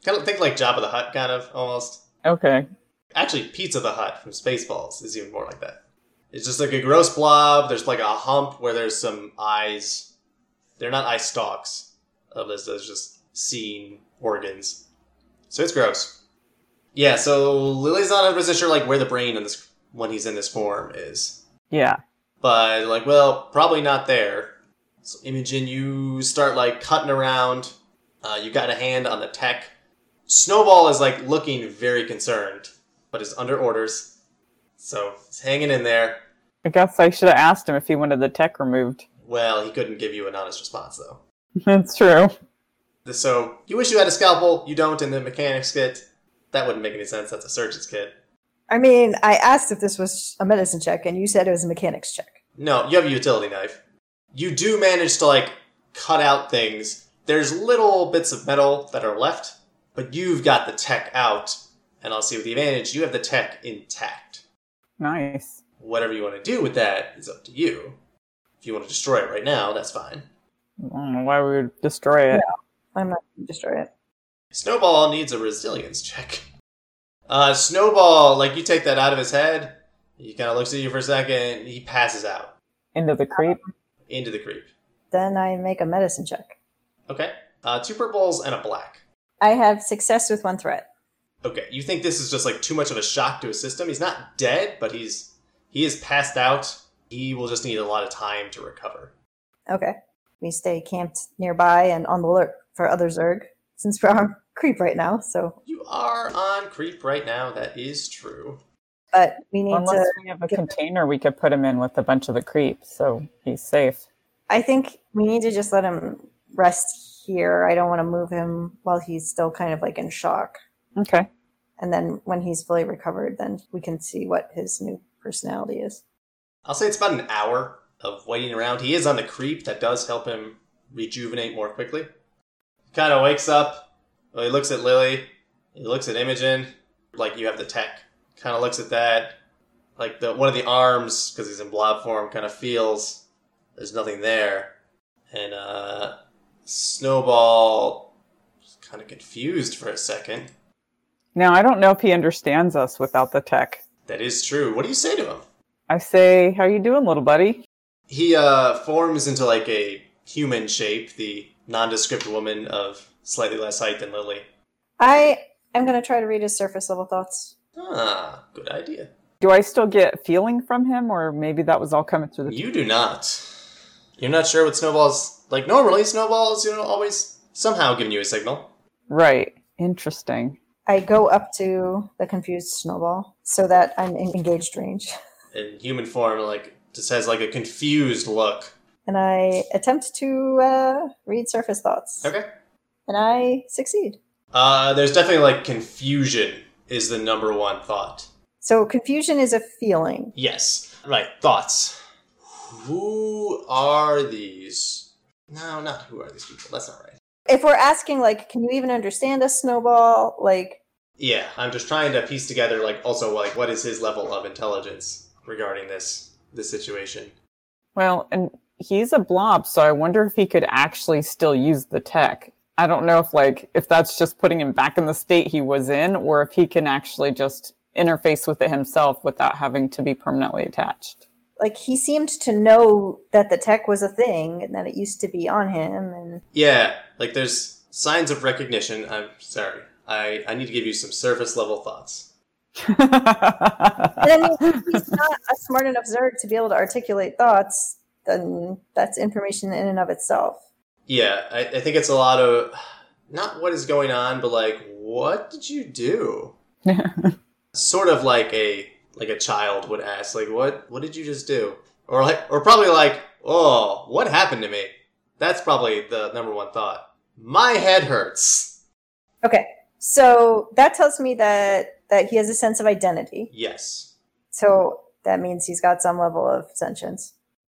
Speaker 3: Kind of think like Job of the Hutt, kind of almost.
Speaker 4: Okay.
Speaker 3: Actually, Pizza the Hut from Spaceballs is even more like that. It's just like a gross blob. There's like a hump where there's some eyes. They're not eye stalks. Of this, there's just seen organs. So it's gross. Yeah. So Lily's not 100 percent sure like where the brain in this when he's in this form is,
Speaker 4: Yeah.
Speaker 3: but like, well, probably not there. So Imogen, you start like cutting around. Uh, you got a hand on the tech. Snowball is like looking very concerned, but is under orders. So he's hanging in there.
Speaker 4: I guess I should have asked him if he wanted the tech removed.
Speaker 3: Well, he couldn't give you an honest response, though.
Speaker 4: That's true.
Speaker 3: So, you wish you had a scalpel, you don't in the mechanic's kit. That wouldn't make any sense, that's a surgeon's kit.
Speaker 5: I mean, I asked if this was a medicine check, and you said it was a mechanics check.
Speaker 3: No, you have a utility knife. You do manage to, like, cut out things. There's little bits of metal that are left, but you've got the tech out. And I'll see with the advantage, you have the tech intact.
Speaker 4: Nice.
Speaker 3: Whatever you want to do with that is up to you. If you want to destroy it right now, that's fine.
Speaker 4: I don't know why we would destroy it.
Speaker 5: I'm not going to destroy it.
Speaker 3: Snowball needs a resilience check. Uh, Snowball, like you take that out of his head, he kind of looks at you for a second, he passes out
Speaker 4: Into the creep.
Speaker 3: into the creep.
Speaker 5: Then I make a medicine check.
Speaker 3: Okay, uh, two purples and a black.
Speaker 5: I have success with one threat.
Speaker 3: Okay, you think this is just like too much of a shock to his system? He's not dead, but he's he is passed out. He will just need a lot of time to recover.
Speaker 5: Okay. We stay camped nearby and on the alert for other Zerg, since we're on creep right now. So,
Speaker 3: You are on creep right now. That is true.
Speaker 5: but we need
Speaker 4: Unless
Speaker 5: to.
Speaker 4: we have a
Speaker 5: get-
Speaker 4: container we could put him in with a bunch of the creep, so he's safe.
Speaker 5: I think we need to just let him rest here. I don't want to move him while he's still kind of like in shock.
Speaker 4: Okay.
Speaker 5: And then when he's fully recovered, then we can see what his new personality is.
Speaker 3: I'll say it's about an hour of waiting around. He is on the creep. That does help him rejuvenate more quickly. Kind of wakes up. Well, he looks at Lily. He looks at Imogen. Like you have the tech. Kind of looks at that. Like the one of the arms, because he's in blob form, kind of feels there's nothing there. And uh, Snowball is kind of confused for a second.
Speaker 4: Now I don't know if he understands us without the tech.
Speaker 3: That is true. What do you say to him?
Speaker 4: I say, "How you doing, little buddy?"
Speaker 3: He uh, forms into like a human shape, the nondescript woman of slightly less height than Lily.
Speaker 5: I am going to try to read his surface level thoughts.
Speaker 3: Ah, good idea.
Speaker 4: Do I still get feeling from him, or maybe that was all coming through the?
Speaker 3: You do not. You're not sure what Snowball's like. Normally, Snowball's you know always somehow giving you a signal.
Speaker 4: Right. Interesting.
Speaker 5: I go up to the confused snowball so that I'm in engaged range.
Speaker 3: In human form, like just has like a confused look.
Speaker 5: And I attempt to uh, read surface thoughts.
Speaker 3: Okay.
Speaker 5: And I succeed.
Speaker 3: Uh, there's definitely like confusion is the number one thought.
Speaker 5: So confusion is a feeling.
Speaker 3: Yes. Right. Thoughts. Who are these? No, not who are these people. That's not right.
Speaker 5: If we're asking, like, can you even understand a snowball? Like,
Speaker 3: Yeah, I'm just trying to piece together like also like what is his level of intelligence regarding this this situation.
Speaker 4: Well, and he's a blob, so I wonder if he could actually still use the tech. I don't know if like if that's just putting him back in the state he was in, or if he can actually just interface with it himself without having to be permanently attached.
Speaker 5: like he seemed to know that the tech was a thing and that it used to be on him. And
Speaker 3: Yeah, like there's signs of recognition. I'm sorry. I I need to give you some surface level thoughts.
Speaker 5: And then he's not a smart enough Zerg to be able to articulate thoughts. Then that's information in and of itself.
Speaker 3: Yeah, I, I think it's a lot of not what is going on, but like what did you do? sort of like a like a child would ask, like what what did you just do? Or like or probably like, oh, what happened to me? That's probably the number one thought. My head hurts.
Speaker 5: Okay, so that tells me that that he has a sense of identity.
Speaker 3: Yes.
Speaker 5: So that means he's got some level of sentience.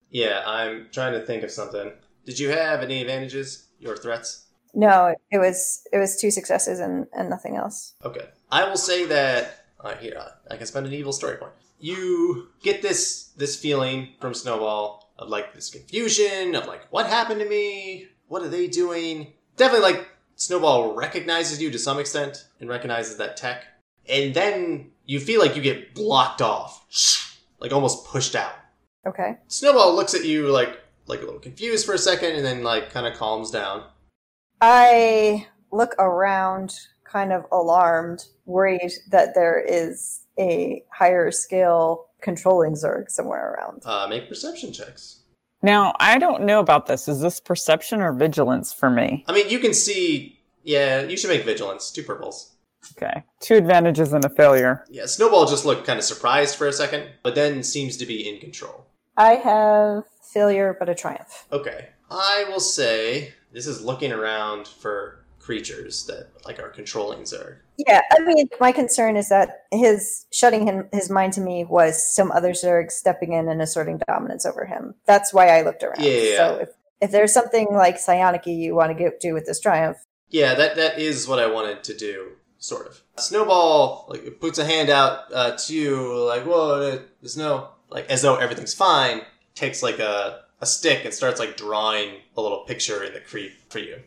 Speaker 3: Yeah, I'm trying to think of something. Did you have any advantages? Your threats?
Speaker 5: No, it was it was two successes and and nothing else.
Speaker 3: Okay. I will say that all right, here I- I can spend an evil story point. You get this this feeling from Snowball of like this confusion of like what happened to me? What are they doing? Definitely like Snowball recognizes you to some extent and recognizes that tech. And then you feel like you get blocked off, like almost pushed out.
Speaker 5: Okay.
Speaker 3: Snowball looks at you like like a little confused for a second, and then like kind of calms down.
Speaker 5: I look around, kind of alarmed, worried that there is a higher scale controlling Zerg somewhere around.
Speaker 3: Uh, make perception checks.
Speaker 4: Now, I don't know about this. Is this perception or vigilance for me?
Speaker 3: I mean, you can see. Yeah, you should make vigilance. Two purples.
Speaker 4: Okay. Two advantages and a failure.
Speaker 3: Yeah, Snowball just looked kind of surprised for a second, but then seems to be in control.
Speaker 5: I have failure, but a triumph.
Speaker 3: Okay. I will say this is looking around for creatures that like are controlling Zerg.
Speaker 5: Yeah, I mean, my concern is that his shutting him his mind to me was some other Zerg stepping in and asserting dominance over him. That's why I looked around.
Speaker 3: Yeah, yeah,
Speaker 5: So if, if there's something like psionic you want to get, do with this triumph,
Speaker 3: Yeah, that that is what I wanted to do, sort of. Snowball like puts a hand out uh, to you, like whoa, uh, there's no like as though everything's fine. Takes like a a stick and starts like drawing a little picture in the creep for you.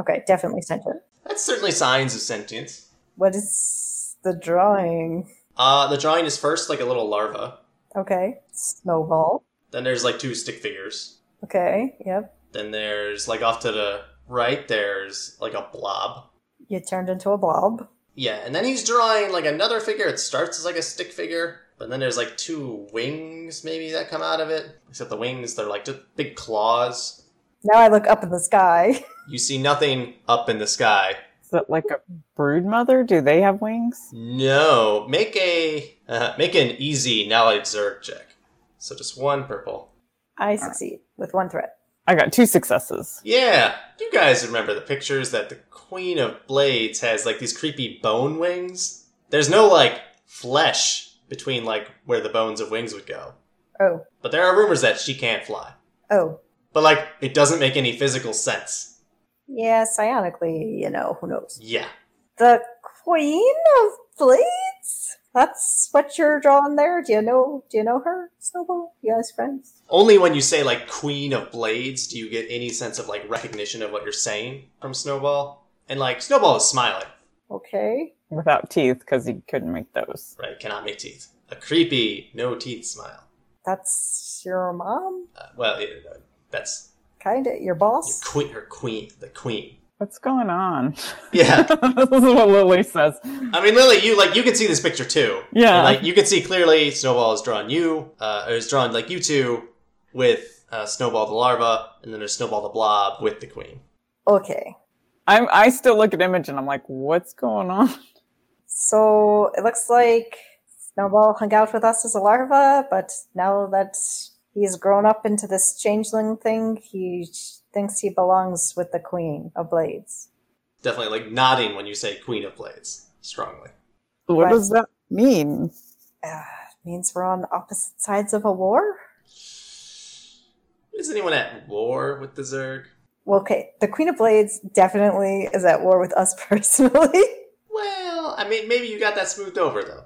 Speaker 5: okay, definitely sentient.
Speaker 3: That's certainly signs of sentience.
Speaker 5: What is the drawing?
Speaker 3: Uh, the drawing is first like a little larva.
Speaker 5: Okay, snowball.
Speaker 3: Then there's like two stick figures.
Speaker 5: Okay, yep.
Speaker 3: Then there's like off to the right. There's like a blob.
Speaker 5: You turned into a blob.
Speaker 3: Yeah, and then he's drawing like another figure. It starts as like a stick figure, but then there's like two wings maybe that come out of it. Except the wings, they're like just big claws.
Speaker 5: Now I look up in the sky.
Speaker 3: You see nothing up in the sky.
Speaker 4: Is it like a brood mother? Do they have wings?
Speaker 3: No, make a uh, make an easy knowledge zerg check. So just one purple.
Speaker 5: I succeed with one threat.
Speaker 4: I got two successes.
Speaker 3: Yeah, you guys remember the pictures that the Queen of Blades has like these creepy bone wings? There's no like flesh between like where the bones of wings would go.
Speaker 5: Oh,
Speaker 3: But there are rumors that she can't fly.
Speaker 5: oh.
Speaker 3: But like it doesn't make any physical sense.
Speaker 5: Yeah, psionically, you know, who knows?
Speaker 3: Yeah.
Speaker 5: The Queen of Blades? That's what you're drawing there. Do you know do you know her, Snowball? You guys friends?
Speaker 3: Only when you say like Queen of Blades do you get any sense of like recognition of what you're saying from Snowball. And like Snowball is smiling,
Speaker 5: Okay.
Speaker 4: Without teeth, because he couldn't make those.
Speaker 3: right? Cannot make teeth. A creepy, no teeth smile.
Speaker 5: That's your mom?
Speaker 3: Uh, well, it, uh, that's
Speaker 5: Kinda your
Speaker 3: your
Speaker 5: boss?
Speaker 3: queen, her queen, the queen.
Speaker 4: What's going on?
Speaker 3: Yeah.
Speaker 4: this is what Lily says.
Speaker 3: I mean, Lily, you like you can see this picture too.
Speaker 4: Yeah.
Speaker 3: And, like you can see clearly, Snowball has drawn you. Uh, or has drawn like you two with uh, Snowball the larva, and then there's Snowball the blob with the queen.
Speaker 5: Okay.
Speaker 4: I'm, I still look at image and I'm like, what's going on?
Speaker 5: So it looks like Snowball hung out with us as a larva, but now that he's grown up into this changeling thing, he sh- thinks he belongs with the Queen of Blades.
Speaker 3: Definitely like nodding when you say Queen of Blades strongly.
Speaker 4: What
Speaker 5: Right.
Speaker 4: does that mean?
Speaker 5: Uh, means we're on opposite sides of a war?
Speaker 3: Is anyone at war with the Zerg?
Speaker 5: Well, okay, the Queen of Blades definitely is at war with us personally.
Speaker 3: Well, I mean, maybe you got that smoothed over though.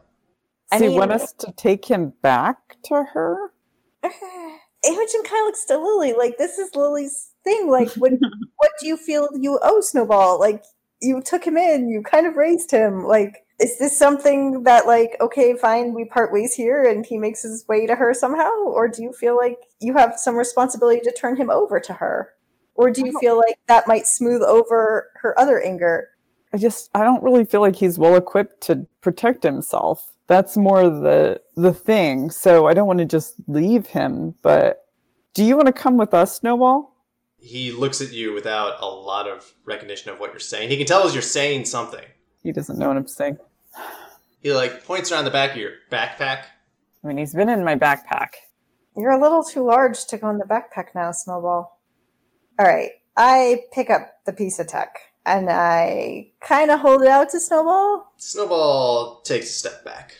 Speaker 5: I
Speaker 4: Does he
Speaker 5: mean-
Speaker 4: want us to take him back to her?
Speaker 5: Imogen kind of looks to Lily like this is Lily's thing. Like, what, what do you feel you owe Snowball? Like, you took him in, you kind of raised him. Like, is this something that, like, okay, fine, we part ways here and he makes his way to her somehow? Or do you feel like you have some responsibility to turn him over to her? Or do
Speaker 4: I
Speaker 5: you
Speaker 4: don't-
Speaker 5: feel like that might smooth over her other anger?
Speaker 4: I just I don't really feel like he's well equipped to protect himself. That's more the the thing. So I don't want to just leave him, but do you want to come with us, Snowball?
Speaker 3: He looks at you without a lot of recognition of what you're saying. He can tell as you're saying something.
Speaker 4: He doesn't know what I'm saying.
Speaker 3: He like points around the back of your backpack.
Speaker 4: I mean, he's been in my backpack.
Speaker 5: You're a little too large to go in the backpack now, Snowball. All right, I pick up the piece of tech and I kind of hold it out to Snowball.
Speaker 3: Snowball takes a step back.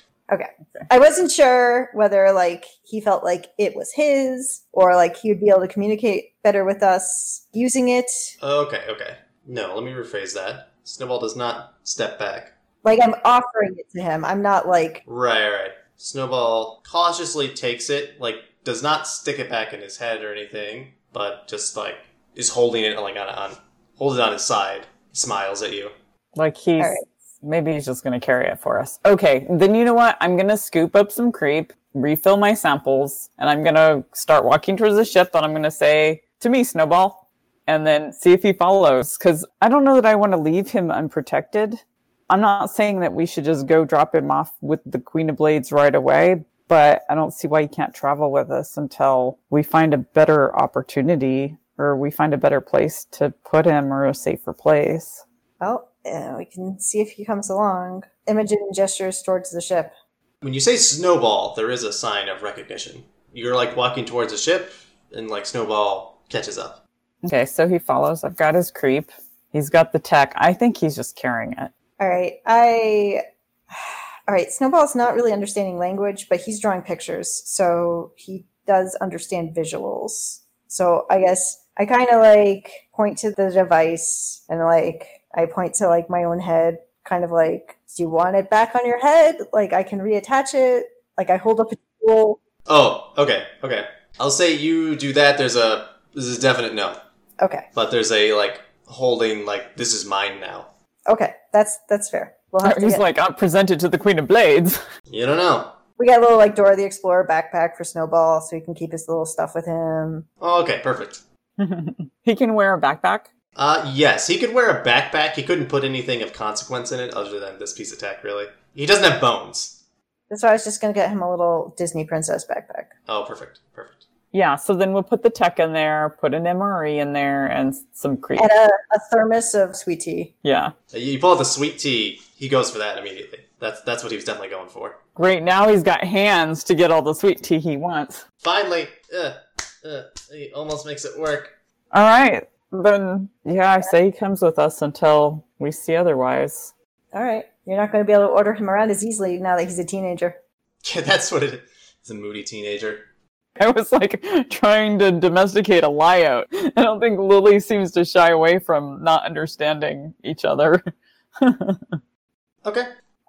Speaker 5: I wasn't sure whether like he felt like it was his or like he would be able to communicate better with us using it.
Speaker 3: Okay, okay. No, let me rephrase that. Snowball does not step back.
Speaker 5: Like I'm offering it to him. I'm not like
Speaker 3: Right, right. Snowball cautiously takes it, like does not stick it back in his head or anything, but just like is holding it like on on holds it on his side, smiles at you.
Speaker 4: Like he's
Speaker 5: All right.
Speaker 4: Maybe he's just going to carry it for us. Okay, then you know what? I'm going to scoop up some creep, refill my samples, and I'm going to start walking towards the ship. And I'm going to say, to me, Snowball, and then see if he follows. Because I don't know that I want to leave him unprotected. I'm not saying that we should just go drop him off with the Queen of Blades right away, but I don't see why he can't travel with us until we find a better opportunity or we find a better place to put him or a safer place.
Speaker 5: Well, uh, we can see if he comes along. Imogen gestures towards the ship.
Speaker 3: When you say snowball, there is a sign of recognition. You're like walking towards a ship, and like snowball catches up.
Speaker 4: Okay, so he follows. I've got his creep. He's got the tech. I think he's just carrying it.
Speaker 5: All right, I. All right, Snowball's not really understanding language, but he's drawing pictures, so he does understand visuals. So I guess I kind of like point to the device and like I point to like my own head, kind of like, do you want it back on your head? Like I can reattach it. Like I hold up a tool.
Speaker 3: Oh, okay, okay. I'll say you do that. There's a this is a definite no,
Speaker 5: Okay,
Speaker 3: but there's a like holding like this is mine now.
Speaker 5: okay, that's that's fair. We'll have to
Speaker 4: He's
Speaker 5: get,
Speaker 4: like, I'm presented to the Queen of Blades.
Speaker 3: You don't know.
Speaker 5: we got a little like Dora the Explorer backpack for Snowball, so he can keep his little stuff with him.
Speaker 3: Oh, okay, perfect.
Speaker 4: he can wear a backpack.
Speaker 3: Uh, yes, he could wear a backpack. He couldn't put anything of consequence in it other than this piece of tech, really. He doesn't have bones.
Speaker 5: That's why I was just gonna get him a little Disney princess backpack.
Speaker 3: Oh, perfect, perfect.
Speaker 4: Yeah, so then we'll put the tech in there, put an MRE in there, and s- some creep.
Speaker 5: And a, a thermos of sweet tea.
Speaker 4: Yeah.
Speaker 3: Uh, You pull out the sweet tea. He goes for that immediately. That's that's what he was definitely going for.
Speaker 4: Great, now he's got hands to get all the sweet tea he wants.
Speaker 3: Finally, uh, uh, he almost makes it work.
Speaker 4: All right, then, yeah, I say he comes with us until we see otherwise.
Speaker 5: All right. You're not going to be able to order him around as easily now that he's a teenager.
Speaker 3: Yeah, that's what it is. He's a moody teenager.
Speaker 4: I was like trying to domesticate a lie out. I don't think Lily seems to shy away from not understanding each other.
Speaker 3: Okay.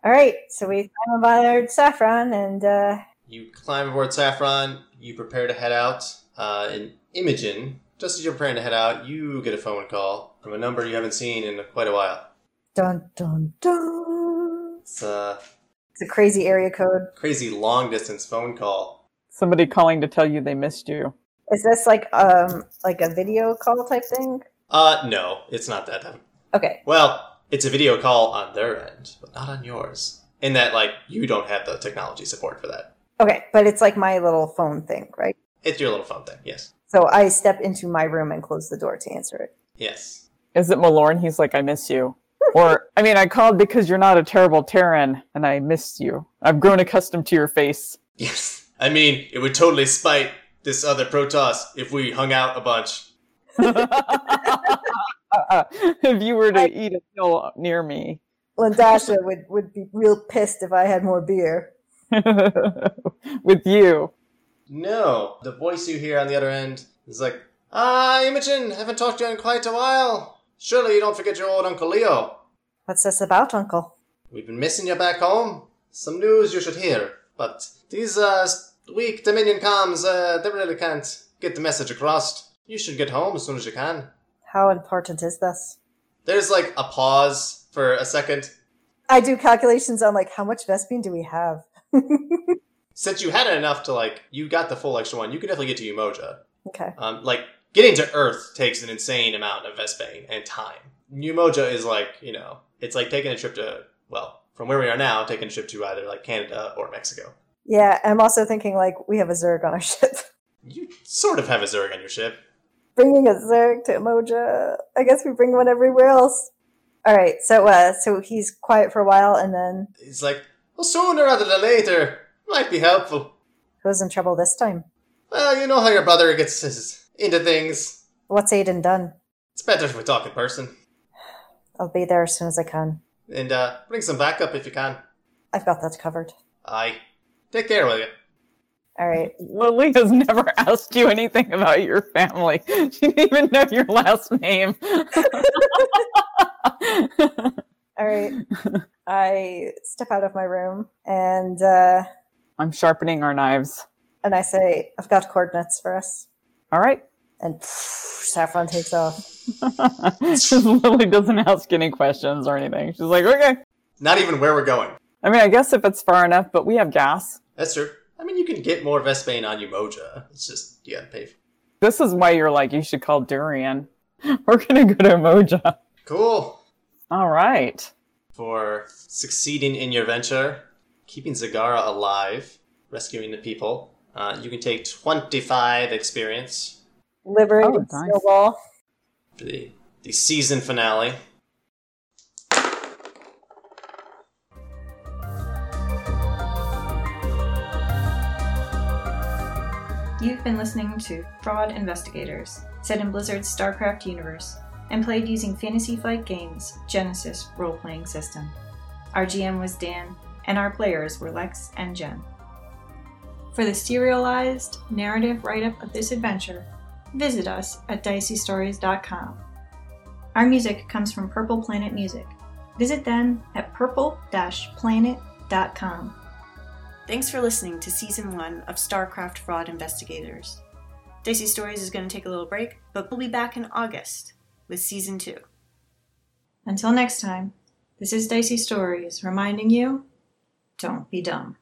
Speaker 5: All right. So we climb aboard Saffron and uh,
Speaker 3: You climb aboard Saffron. You prepare to head out. Uh, and Imogen, just as you're preparing to head out, you get a phone call from a number you haven't seen in quite a while.
Speaker 5: dun dun dun.
Speaker 3: It's a
Speaker 5: It's a crazy area code.
Speaker 3: crazy long distance phone call.
Speaker 4: Somebody calling to tell you they missed you.
Speaker 5: Is this like um like a video call type thing?
Speaker 3: Uh, no, it's not that. Time.
Speaker 5: Okay.
Speaker 3: Well, it's a video call on their end, but not on yours. In that, like, you don't have the technology support for that.
Speaker 5: Okay, but it's like my little phone thing, right?
Speaker 3: It's your little phone thing. Yes.
Speaker 5: So I step into my room and close the door to answer it.
Speaker 3: Yes.
Speaker 4: Is it Malorn? He's like, I miss you. Or, I mean, I called because you're not a terrible Terran, and I miss you. I've grown accustomed to your face.
Speaker 3: Yes. I mean, it would totally spite this other Protoss if we hung out a bunch.
Speaker 4: if you were to eat a pill near me.
Speaker 5: Lindasha would would be real pissed if I had more beer.
Speaker 4: With you.
Speaker 3: No. The voice you hear on the other end is like, Ah, Imogen, haven't talked to you in quite a while. Surely you don't forget your old Uncle Leo.
Speaker 5: What's this about, Uncle?
Speaker 3: We've been missing you back home. Some news you should hear. But these uh, weak Dominion comms, uh, they really can't get the message across. You should get home as soon as you can.
Speaker 5: How important is this?
Speaker 3: There's like a pause for a second,
Speaker 5: I do calculations on like how much Vespine do we have?
Speaker 3: since you had it enough to like you got the full extra one you could definitely get to umoja
Speaker 5: Okay.
Speaker 3: um, like getting to earth takes an insane amount of vespane and time umoja is like you know it's like taking a trip to well from where we are now taking a trip to either like canada or mexico
Speaker 5: Yeah, I'm also thinking like we have a Zerg on our ship.
Speaker 3: you sort of have a zerg on your ship
Speaker 5: Bringing a Zerg to Emoja. I guess we bring one everywhere else. All right. So uh, so he's quiet for a while and then
Speaker 3: it's like well sooner rather than later might be helpful
Speaker 5: who's in trouble this time?
Speaker 3: well you know how your brother gets his- into things
Speaker 5: What's Aiden done?
Speaker 3: it's better if we talk in person
Speaker 5: I'll be there as soon as I can.
Speaker 3: and uh, bring some backup if you can
Speaker 5: I've got that covered.
Speaker 3: i take care will you
Speaker 5: All right.
Speaker 4: Lily has never asked you anything about your family. She didn't even know your last name.
Speaker 5: All right. I step out of my room and uh,
Speaker 4: I'm sharpening our knives.
Speaker 5: and I say, I've got coordinates for us.
Speaker 4: All right.
Speaker 5: And Saffron takes off.
Speaker 4: Lily doesn't ask any questions or anything. She's like, okay.
Speaker 3: Not even where we're going.
Speaker 4: I mean, I guess if it's far enough, but we have gas.
Speaker 3: That's true. I mean, you can get more Vespane on Umoja. It's just, you gotta pay for
Speaker 4: This is why you're like, you should call Durian. We're gonna go to Moja.
Speaker 3: Cool.
Speaker 4: All right.
Speaker 3: For succeeding in your venture, keeping Zagara alive, rescuing the people, uh, you can take 25 experience
Speaker 5: Liberated
Speaker 4: Oh, nice.
Speaker 5: Snowball.
Speaker 3: for the, the season finale.
Speaker 1: You've been listening to Fraud Investigators, set in Blizzard's StarCraft universe, and played using Fantasy Flight Games' Genesis role playing system. Our GM was Dan, and our players were Lex and Jen. For the serialized narrative write up of this adventure, visit us at diceystories.com. Our music comes from Purple Planet Music. Visit them at purple planet.com.
Speaker 2: Thanks for listening to Season 1 of StarCraft Fraud Investigators. Dicey Stories is going to take a little break, but we'll be back in August with Season 2.
Speaker 1: Until next time, this is Dicey Stories reminding you don't be dumb.